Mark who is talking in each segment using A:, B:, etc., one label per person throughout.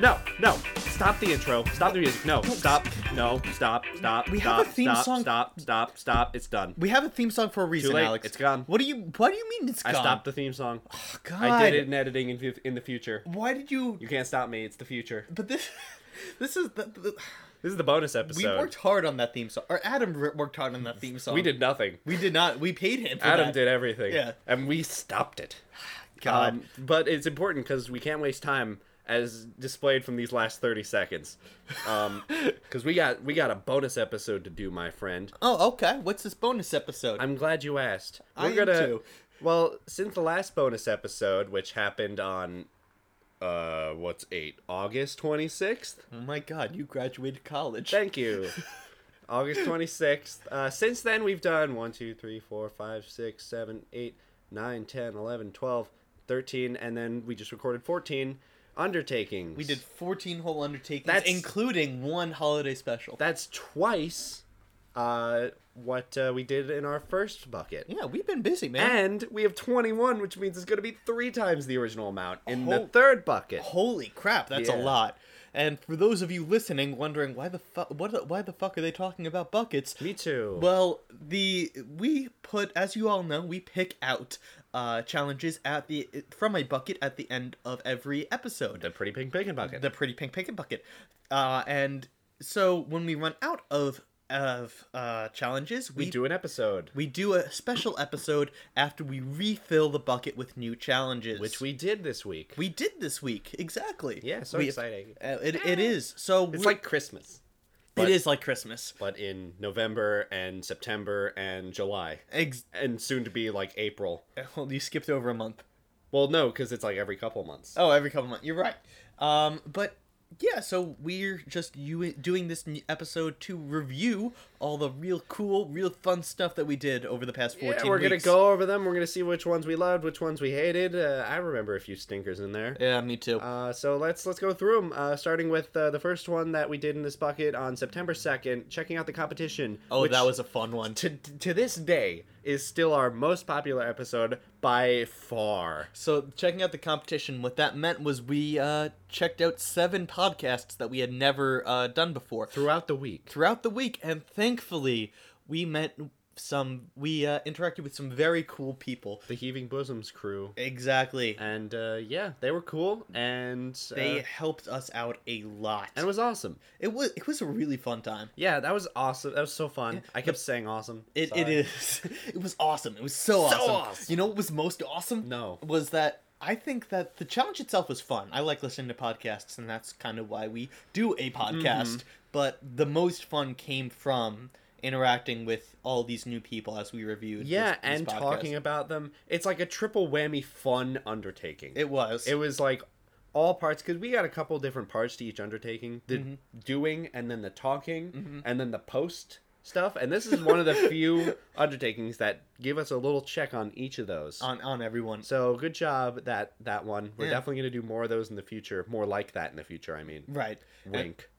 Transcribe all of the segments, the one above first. A: no, no. Stop the intro. Stop the music. No, stop. No, stop. Stop.
B: We
A: stop,
B: have a theme
A: stop,
B: song-
A: Stop. Stop. Stop. It's done.
B: We have a theme song for a reason,
A: late.
B: Alex.
A: It's gone.
B: What do you? What do you mean it's
A: I
B: gone? Oh,
A: stopped the theme song.
B: God.
A: I did it in editing in, fu- in the future.
B: Why did you?
A: You can't stop me. It's the future.
B: But this, this is the, the
A: This is the bonus episode.
B: we worked hard on that theme song, or Adam r- worked hard on that theme song.
A: We did nothing.
B: We did not. We paid him. For
A: Adam
B: that.
A: did everything.
B: Yeah.
A: And we stopped it.
B: God.
A: Um, but it's important because we can't waste time as displayed from these last 30 seconds. Um 'cause because we got we got a bonus episode to do, my friend.
B: oh, okay. What's this bonus episode?
A: I'm glad you asked.
B: I am too.
A: Well, since the last bonus episode, which happened on uh what's 8 August 26th.
B: oh my God! You graduated college.
A: Thank you. August 26th. Uh, since then, we've done 1, 2, 3, 4, 5, 6, 7, 8, 9, 10, 11, 12, 13, and then we just recorded 14 undertakings.
B: we did 14 whole undertakings,
A: That's-
B: including one holiday special.
A: That's twice uh, what uh, we did in our first bucket.
B: yeah, we've been busy, man.
A: And we have 21, which means it's going to be three times the original amount in the
B: Hol-
A: third bucket.
B: Holy crap, that's
A: Yeah.
B: a lot. And for those of you listening, wondering why the fuck, what, the- why the fuck are they talking about buckets?
A: Me too.
B: Well, the we put, as you all know, we pick out uh, challenges at the from a bucket at the end of every episode.
A: the pretty pink bacon bucket.
B: The pretty pink picket bucket, uh, and so when we run out of of uh, challenges, we,
A: we do an episode,
B: we do a special episode after we refill the bucket with new challenges,
A: which we did this week.
B: we did this week exactly.
A: yeah, so
B: We-
A: exciting.
B: Uh, it, it is so
A: It's
B: we-
A: like Christmas.
B: it is like Christmas.
A: but in November and September and July
B: Ex-
A: and soon to be like April.
B: well, you skipped over a month.
A: Well, no, because it's like every couple months.
B: Oh, every couple months. You're right. Um, but yeah, so we're just you doing this n- episode to review all the real cool, real fun stuff that we did over the past
A: Yeah,
B: 14
A: we're gonna
B: weeks.
A: go over them. We're gonna see which ones we loved, which ones we hated. Uh, I remember a few stinkers in there.
B: Yeah, me too.
A: Uh, so let's let's go through them. Uh, starting with uh, the first one that we did in this bucket on September second, checking out the competition.
B: oh,
A: which
B: that was a fun one.
A: to to this day is still our most popular episode by far.
B: So checking out the competition, what that meant was we uh, checked out seven podcasts that we had never uh, done before.
A: Throughout the week,
B: throughout the week and thankfully we met some we uh, interacted with some very cool people
A: the Heaving Bosoms crew
B: exactly
A: and uh, yeah, they were cool, and uh,
B: they helped us out a lot
A: and it was awesome.
B: it was it was a really fun time
A: Yeah, that was awesome. That was so fun. I kept saying awesome.
B: it, it
A: Sorry.
B: is it was awesome it was so,
A: So
B: awesome.
A: awesome.
B: you know what was most awesome
A: No.
B: was that I think that the challenge itself was fun. I like listening to podcasts, and that's kind of why we do a podcast.
A: Mm-hmm.
B: But the most fun came from interacting with all these new people as we reviewed.
A: Yeah,
B: this- this
A: and
B: podcast.
A: talking about them, it's like a triple whammy fun undertaking. It,
B: It was.
A: was like all parts because we got a couple different parts to each undertaking: the
B: Mm-hmm.
A: doing, and then the talking, and then the post stuff. And this is one of the few undertakings that give us a little check on each of those.
B: on on everyone.
A: so good job that that one. We're
B: Yeah.
A: definitely gonna do more of those in the future. More like that in the future. I mean,
B: Right. And
A: wink.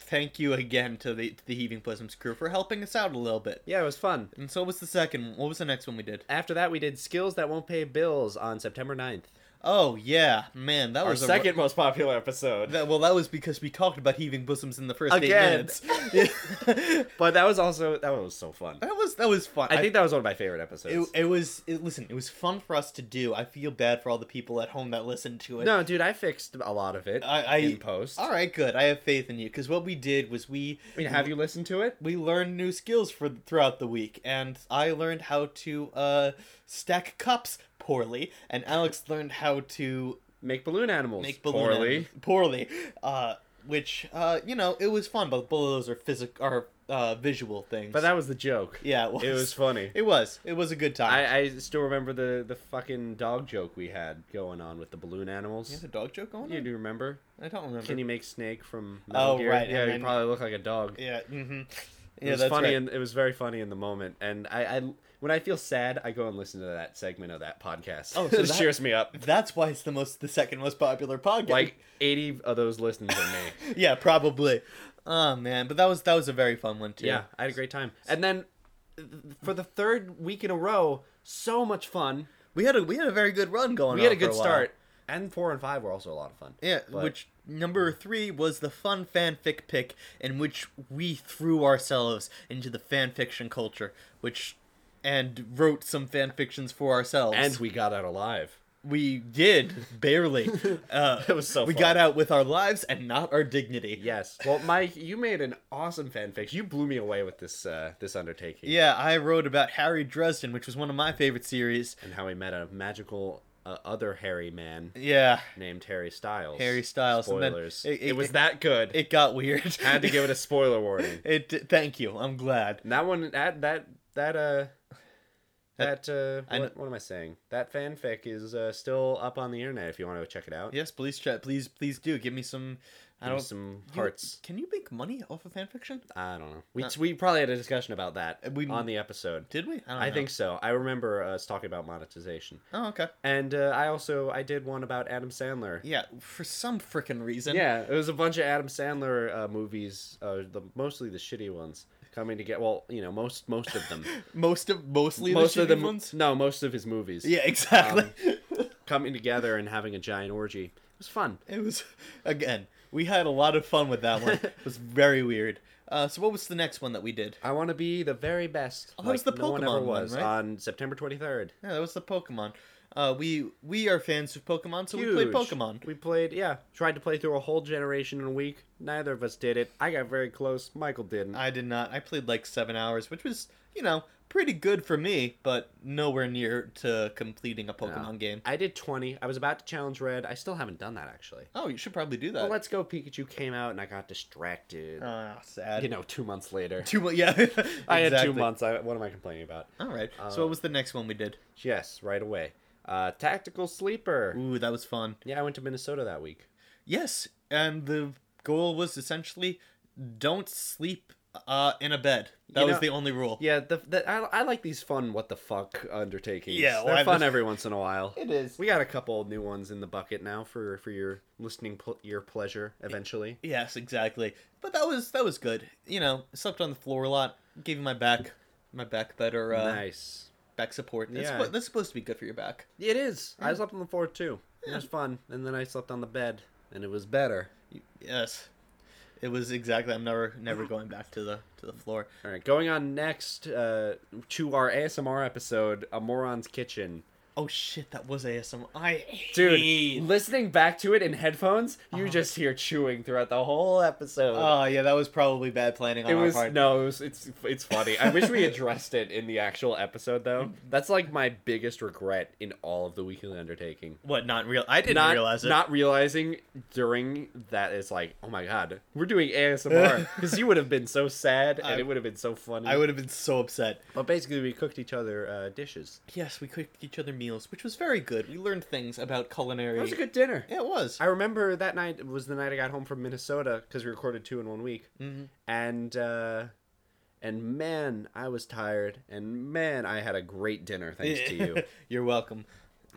B: thank you again to the to the Heaving Bosoms crew for helping us out a little bit.
A: Yeah, it was fun.
B: And so was the second. one? What was the next one we did?
A: After that, we did Skills That Won't Pay Bills on September 9th.
B: Oh yeah, man, that
A: Our
B: was a
A: second most popular episode.
B: That, well, that was because we talked about heaving bosoms in the first
A: Again.
B: eight minutes.
A: But that was also, that one was so fun.
B: that was that was fun.
A: I think that was one of my favorite episodes.
B: it, it was. It, listen, it was fun for us to do. I feel bad for all the people at home that listened to it.
A: no, dude, I fixed a lot of it
B: I- I-
A: in post.
B: All right, good. I have faith in you because what we did was we
A: I mean, have you listened to it?
B: we learned new skills for throughout the week and i learned how to uh stack cups poorly and alex learned how to
A: Make balloon animals.
B: make balloon
A: poorly.
B: animals- poorly uh which uh you know it was fun but both of those are physical are uh visual things
A: But that was the joke.
B: yeah it was
A: It was funny.
B: it was it was a good time
A: I, I still remember the, the fucking dog joke we had going on with the balloon animals.
B: you have a dog joke going
A: You
B: on
A: do remember?
B: i don't remember
A: Can you make snake from Metal
B: Oh,
A: Gear?
B: right,
A: Yeah,
B: and
A: you
B: then-
A: probably look like a dog.
B: yeah mm-hmm
A: It
B: yeah
A: was
B: that's
A: funny
B: right.
A: and it was very funny in the moment. And I, I when I feel sad, I go and listen to that segment of that podcast.
B: Oh,
A: Oh,
B: so
A: it
B: that-
A: cheers me up.
B: that's why it's the most the second most popular podcast
A: Like eighty of those listens are me.
B: yeah probably oh man but that was that was a very fun one too
A: yeah, I had a great time. And then th- for the third week in a row, so much fun.
B: We had a we had a very good run going.
A: We had
B: on
A: a
B: Oh, for
A: good
B: while.
A: start. and four and five were also a lot of fun.
B: Yeah,
A: But-
B: which number three was the fun fanfic pick in which we threw ourselves into the fanfiction culture, which and wrote some fanfictions for ourselves.
A: and we got out alive.
B: we did barely. Uh,
A: That was so.
B: we
A: fun.
B: got out with our lives and not our dignity.
A: Yes. Well, Mike, you made an awesome fanfic. You blew me away with this uh, this undertaking.
B: Yeah, I wrote about Harry Dresden, which was one of my favorite series.
A: And how he met a magical uh, other hairy man
B: Yeah,
A: named Harry Styles.
B: Harry Styles, and then
A: Spoilers.
B: it-
A: it,
B: it-
A: was that good.
B: it got weird.
A: I had to give it a spoiler warning.
B: It. Thank you. I'm glad.
A: And that one, that that that uh. That uh,
B: I
A: what, what am I saying? That fanfic is uh, still up on the internet. If you want to check it out,
B: Yes, please chat. Please, please do give me some. I
A: Give me
B: don't.
A: some
B: you-
A: hearts.
B: can you make money off of fanfiction?
A: I don't know. We, we probably had a discussion about that
B: We-
A: on the episode.
B: Did we? don't
A: I
B: know.
A: think so. I remember us talking about monetization.
B: Oh, okay.
A: And uh, I also I did one about Adam Sandler.
B: Yeah, for some freaking reason.
A: Yeah, it was a bunch of Adam Sandler uh, movies, uh, the mostly the shitty ones, coming to get well, you know, most most of them,
B: Most of mostly
A: most
B: the
A: of
B: shitty
A: them,
B: ones.
A: no, most of his movies,
B: Yeah, exactly.
A: um, coming together and having a giant orgy. It was fun.
B: it was again. We had a lot of fun with that one. it was very weird. Uh, so what was the next one that we did?
A: I want to be the very best.
B: Oh, that was the
A: no one ever
B: Pokemon one,
A: was
B: right?
A: on September twenty third.
B: Yeah, that was the Pokemon. Uh, we we are fans of Pokemon, so we play Pokemon.
A: We played, yeah, tried to play through a whole generation in a week. Neither of us did it. I got very close. Michael didn't.
B: I did not. I played like seven hours, which was you know pretty good for me, but nowhere near to completing a Pokemon game.
A: I did 20. I was about to challenge Red. I still haven't done that actually.
B: Oh, you should probably do that.
A: Well, Let's Go Pikachu came out and I got distracted.
B: Ah, sad.
A: you know, 2 months later.
B: two. mo- Yeah,
A: I had 2
B: exactly.
A: months. I, what am I complaining about?
B: All right.
A: Uh,
B: so what was the next one we did?
A: Yes, right away. Uh Tactical Sleeper.
B: Ooh, that was fun.
A: Yeah, I went to Minnesota that week.
B: Yes, and the goal was essentially don't sleep uh, in a bed. That
A: You
B: was
A: know-
B: the only rule.
A: Yeah, the, the I, I like these fun what the fuck undertakings.
B: Yeah,
A: they're
B: well, I-
A: fun every once in a while.
B: It is.
A: We got a couple new ones in the bucket now for for your listening pl- your pleasure eventually.
B: Yes, exactly. But that was that was good. You know, slept on the floor a lot. Gave my back my back better uh,
A: nice.
B: back support. That's,
A: Yeah.
B: what- that's supposed to be good for your back.
A: It is. I slept on the floor too. It was fun, and then I slept on the bed, and it was better.
B: Yes, it was exactly. I'm never never going back to the to the floor.
A: All right, going on next uh, to our ASMR episode, A Moron's Kitchen.
B: Oh shit, that was ASMR. I
A: Dude,
B: hate-
A: listening back to it in headphones, you just hear chewing throughout the whole episode.
B: Oh yeah, that was probably bad planning on
A: it
B: our
A: was
B: part.
A: no, it was, it's it's funny. I wish we addressed it in the actual episode though. That's like my biggest regret in all of the weekly undertaking.
B: What? Not real? I didn't
A: Not
B: realize it.
A: not realizing during that it's like, oh my god, we're doing ASMR because you would have been so sad and
B: I-
A: it would have been so funny.
B: I would have been so upset.
A: But basically, we cooked each other uh, dishes.
B: Yes, we cooked each other meals, which was very good. We learned things about culinary.
A: It was a good dinner.
B: Yeah, it was.
A: I remember that night was the night I got home from Minnesota because we recorded two in one week, mm-hmm. and uh, and man, I was tired, and man, I had a great dinner thanks to you.
B: You're welcome.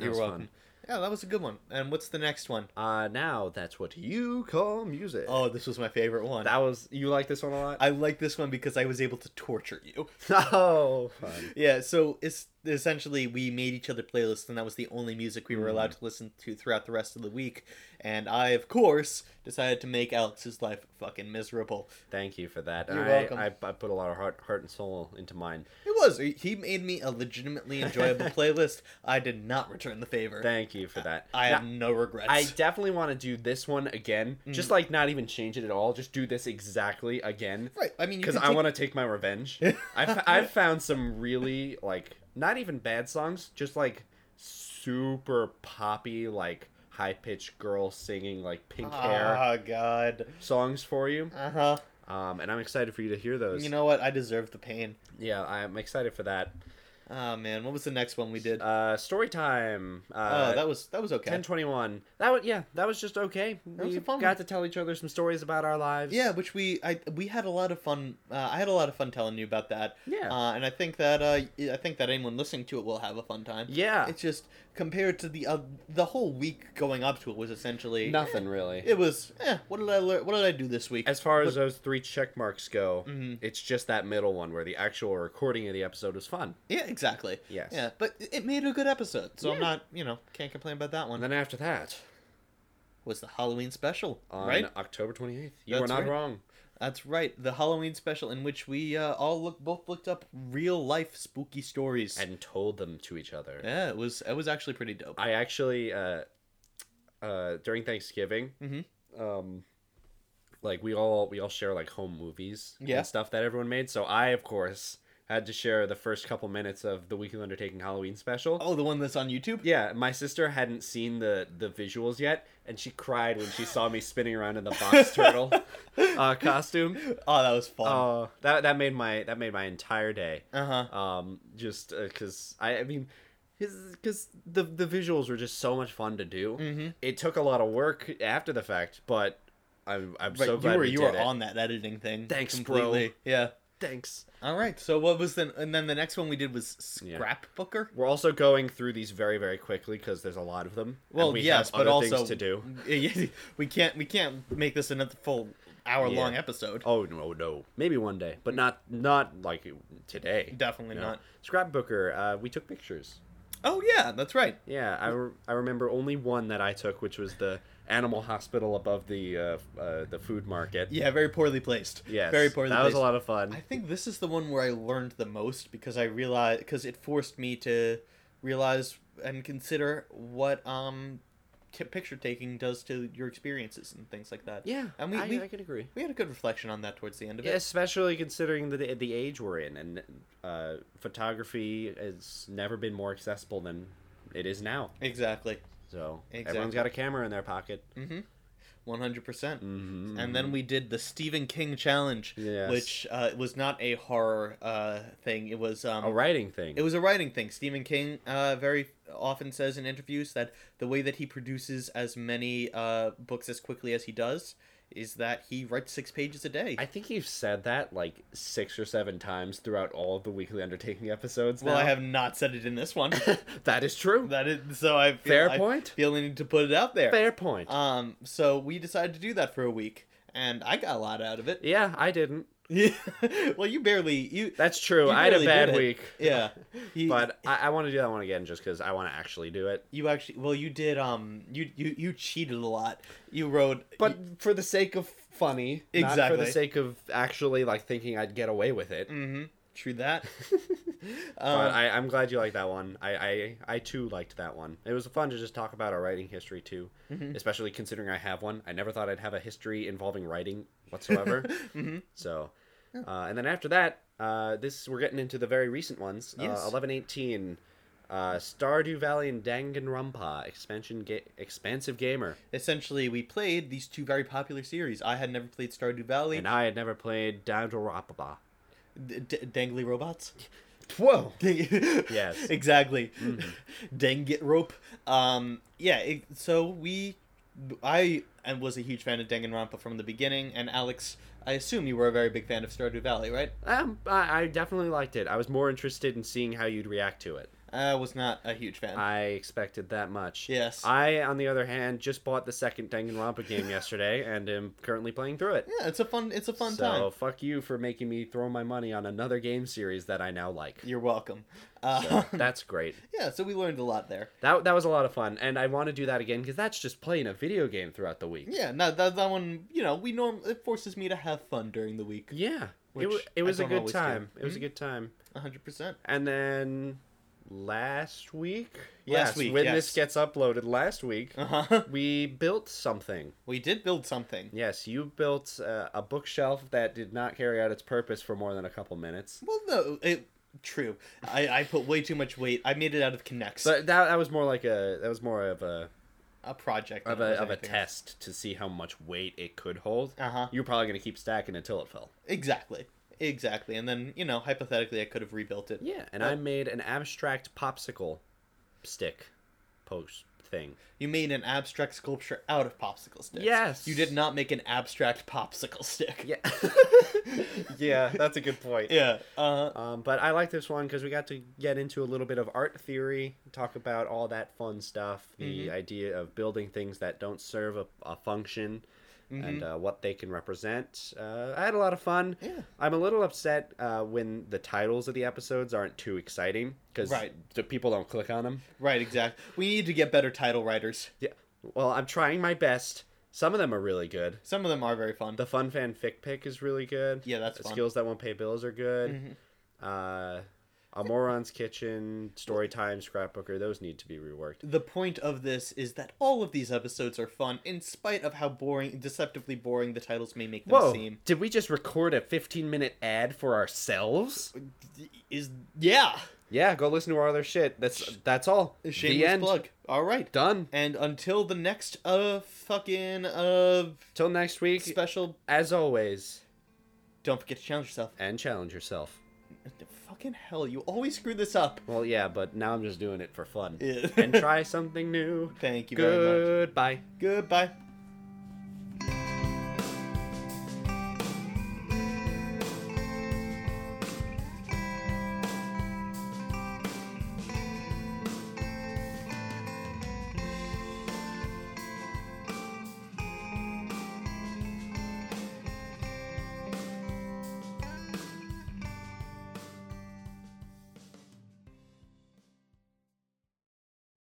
B: You're
A: was
B: welcome. Yeah, that was a good one. And what's the next one?
A: Uh, now that's what you call music.
B: Oh, this was my favorite one.
A: that was you like this one a lot.
B: I like this one because I was able to torture you.
A: oh, fun.
B: Yeah, so it's essentially we made each other playlists, and that was the only music we were allowed
A: Mm.
B: to listen to throughout the rest of the week. And I, of course, decided to make Alex's life fucking miserable.
A: thank you for that. And
B: You're
A: I,
B: welcome.
A: I, I put a lot of heart, heart and soul into mine.
B: It was. He made me a legitimately enjoyable playlist. I did not return the favor.
A: Thank you for that.
B: I
A: Now-
B: have no regrets.
A: I definitely want to do this one again. Just like not even change it at all. Just do this exactly again.
B: right. I mean, you
A: Because
B: can
A: I
B: take-
A: want to take my revenge. I've, I've found some really, like, not even bad songs, just like super poppy, like high pitched girl singing, like pink hair
B: Oh God.
A: songs for you.
B: Uh huh.
A: Um, and I'm excited for you to hear those.
B: You know what? I deserve the pain.
A: yeah, I'm excited for that.
B: Oh man, what was the next one we did?
A: Uh, story time. Uh,
B: oh, that was that was okay.
A: 1021. That was, yeah, that was just okay.
B: was
A: we
B: a fun
A: got
B: one.
A: to tell each other some stories about our lives.
B: Yeah, which we I we had a lot of fun. Uh, I had a lot of fun telling you about that.
A: Yeah.
B: Uh, and I think that uh, I think that anyone listening to it will have a fun time.
A: Yeah.
B: It's just compared to the uh, the whole week going up to it was essentially
A: Nothing really.
B: It was. Eh, what did I learn? What did I do this week?
A: As far as those three check marks go,
B: Mhm.
A: it's just that middle one where the actual recording of the episode was fun.
B: yeah, exactly.
A: Yes.
B: Yeah, but it made a good episode, so I'm
A: Yeah.
B: not, you know, can't complain about that one.
A: And then after that,
B: was the Halloween special,
A: on
B: right?
A: October 28th, you
B: That's
A: were not
B: right.
A: wrong.
B: That's right, the Halloween special in which we uh, all look both looked up real life spooky stories.
A: And told them to each other.
B: yeah, it was it was actually pretty dope.
A: I actually uh, uh, during Thanksgiving,
B: Mhm.
A: um, like we all we all share like home movies
B: Yeah.
A: and stuff that everyone made. So I, of course, had to share the first couple minutes of the Weekly Undertaking Halloween special.
B: oh, the one that's on YouTube.
A: Yeah, my sister hadn't seen the the visuals yet, and she cried when she saw me spinning around in the box turtle uh, costume.
B: Oh, that was fun.
A: Oh, that that made my that made my entire day.
B: Uh huh.
A: Um, just because I, I mean, because the the visuals were just so much fun to do.
B: Mhm.
A: It took a lot of work after the fact, but I'm I'm
B: Right,
A: so glad
B: you were
A: we
B: you
A: did
B: were
A: it.
B: on that editing thing.
A: Thanks, bro.
B: completely. Yeah.
A: Thanks.
B: All right. So what was then? And then the next one we did was
A: Yeah.
B: Scrapbooker.
A: We're also going through these very very quickly because there's a lot of them. and
B: Well,
A: we
B: yes,
A: have other
B: but also
A: things to do.
B: Yeah, we can't we can't make this another full hour long
A: Yeah.
B: episode.
A: Oh no no, maybe one day, but not not like today.
B: Definitely
A: No.
B: not.
A: Scrapbooker. Uh, we took pictures.
B: Oh yeah, that's right.
A: Yeah, I, re- I remember only one that I took, which was the animal hospital above the uh, f- uh, the food market.
B: Yeah, very poorly placed.
A: Yes,
B: very poorly.
A: That
B: placed.
A: was a lot of fun.
B: I think this is the one where I learned the most because I realized because it forced me to realize and consider what um ki- picture taking does to your experiences and things like that.
A: yeah,
B: and we
A: I,
B: we,
A: I can agree.
B: we had a good reflection on that towards the end of it.
A: Especially considering the the age we're in, and uh, photography has never been more accessible than it is now.
B: Exactly.
A: So everyone's
B: Exactly.
A: got a camera in their pocket.
B: Mm-hmm. One hundred percent.
A: Mm-hmm.
B: And then we did the Stephen King challenge,
A: Yes.
B: which uh, was not a horror uh, thing. It was um,
A: a writing thing.
B: It was a writing thing. Stephen King uh, very often says in interviews that the way that he produces as many uh, books as quickly as he does is that he writes six pages a day.
A: I think you've said that like six or seven times throughout all of the weekly undertaking episodes.
B: well, I
A: now.
B: have not said it in this one.
A: that is true.
B: that is so. I feel,
A: Fair
B: I
A: point.
B: Feel the need to put it out there.
A: Fair point.
B: Um. So we decided to do that for a week, and I got a lot out of it.
A: yeah, I didn't.
B: well, you barely you.
A: That's true.
B: You
A: I had a
B: really
A: bad
B: did it.
A: week.
B: Yeah. He-
A: But I, I want to do that one again just because I want to actually do it.
B: You actually, well, you did. Um, you you you cheated a lot. You wrote,
A: But for the sake of funny, not for
B: Exactly.
A: the sake of actually like thinking I'd get away with it.
B: mm-hmm, true that.
A: But
B: um,
A: I, I'm glad you liked that one. I, I I too liked that one. It was fun to just talk about our writing history too,
B: Mhm.
A: especially considering I have one. I never thought I'd have a history involving writing whatsoever.
B: mhm.
A: So, uh, and then after that, uh, this we're getting into the very recent ones.
B: Yes.
A: Uh, Eleven eighteen, uh, Stardew Valley and Danganronpa expansion ga- expansive gamer,
B: essentially, we played these two very popular series. I had never played Stardew Valley.
A: and I had never played Danganronpa.
B: D- d- dangly robots.
A: Whoa.
B: yes. Exactly.
A: Mhm.
B: Dang it rope. Um. Yeah. It, so we, I and was a huge fan of Danganronpa from the beginning, and Alex, I assume you were a very big fan of Stardew Valley, right?
A: Um, I, I definitely liked it. I was more interested in seeing how you'd react to it.
B: I was not a huge fan.
A: I expected that much.
B: yes.
A: I, on the other hand, just bought the second Danganronpa game yesterday and am currently playing through it.
B: Yeah, it's a fun it's a fun
A: so
B: time.
A: fuck you for making me throw my money on another game series that I now like.
B: You're welcome. Uh,
A: So, that's great.
B: yeah, so we learned a lot there.
A: That that was a lot of fun, and I want to do that again because that's just playing a video game throughout the week.
B: Yeah, no, that that one, you know, we norm it forces me to have fun during the week.
A: Yeah, it,
B: Which
A: wa- it
B: I
A: was a
B: don't
A: good
B: always do. Hmm?
A: time. It was a good time.
B: 100%.
A: And then last week, yes,
B: Last week,
A: when
B: yes.
A: this gets uploaded, last week
B: Uh-huh.
A: we built something.
B: We did build something.
A: Yes, you built uh, a bookshelf that did not carry out its purpose for more than a couple minutes.
B: Well, no, it true. I I put way too much weight. I made it out of Connects.
A: But that, that was more like a that was more of a
B: a project
A: of a of a test to see how much weight it could hold.
B: Uh-huh.
A: You're probably gonna keep stacking until it fell.
B: Exactly. Exactly. And then, you know, hypothetically I could have rebuilt it.
A: Yeah, and
B: Uh,
A: I made an abstract popsicle stick post thing.
B: You made an abstract sculpture out of popsicle sticks.
A: Yes.
B: You did not make an abstract popsicle stick.
A: Yeah. yeah, that's a good point.
B: Yeah. Uh
A: Um, but I like this one because we got to get into a little bit of art theory, talk about
B: Mm-hmm.
A: all that fun stuff, the idea of building things that don't serve a, a function, and uh, what they can represent. Uh, I had a lot of fun.
B: Mm-hmm. Yeah.
A: I'm a little upset uh, when the titles of the episodes aren't too exciting because
B: Right.
A: the people don't click on them.
B: Right, exactly. We need to get better title writers.
A: Yeah. Well, I'm trying my best. Some of them are really good.
B: Some of them are very fun.
A: The fun fan fic pick is really good.
B: Yeah, that's fun. Mm-hmm.
A: skills that won't pay bills are good. Uh, a moron's kitchen, story time, scrapbooker. Those need to be reworked.
B: The point of this is that all of these episodes are fun, in spite of how boring, deceptively boring the titles may make them
A: Whoa!
B: seem.
A: Did we just record a 15 minute ad for ourselves?
B: Is yeah,
A: Yeah, go listen to our other shit. That's that's all. the
B: shameless
A: end.
B: plug. All right,
A: Done.
B: and until the next uh fucking uh
A: Till next week.
B: special,
A: as always,
B: don't forget to challenge yourself.
A: and challenge yourself.
B: Fucking hell, you always screw this up.
A: Well, yeah, but now I'm just doing it for fun.
B: Yeah.
A: and try something new.
B: Thank you very much.
A: Goodbye.
B: Goodbye.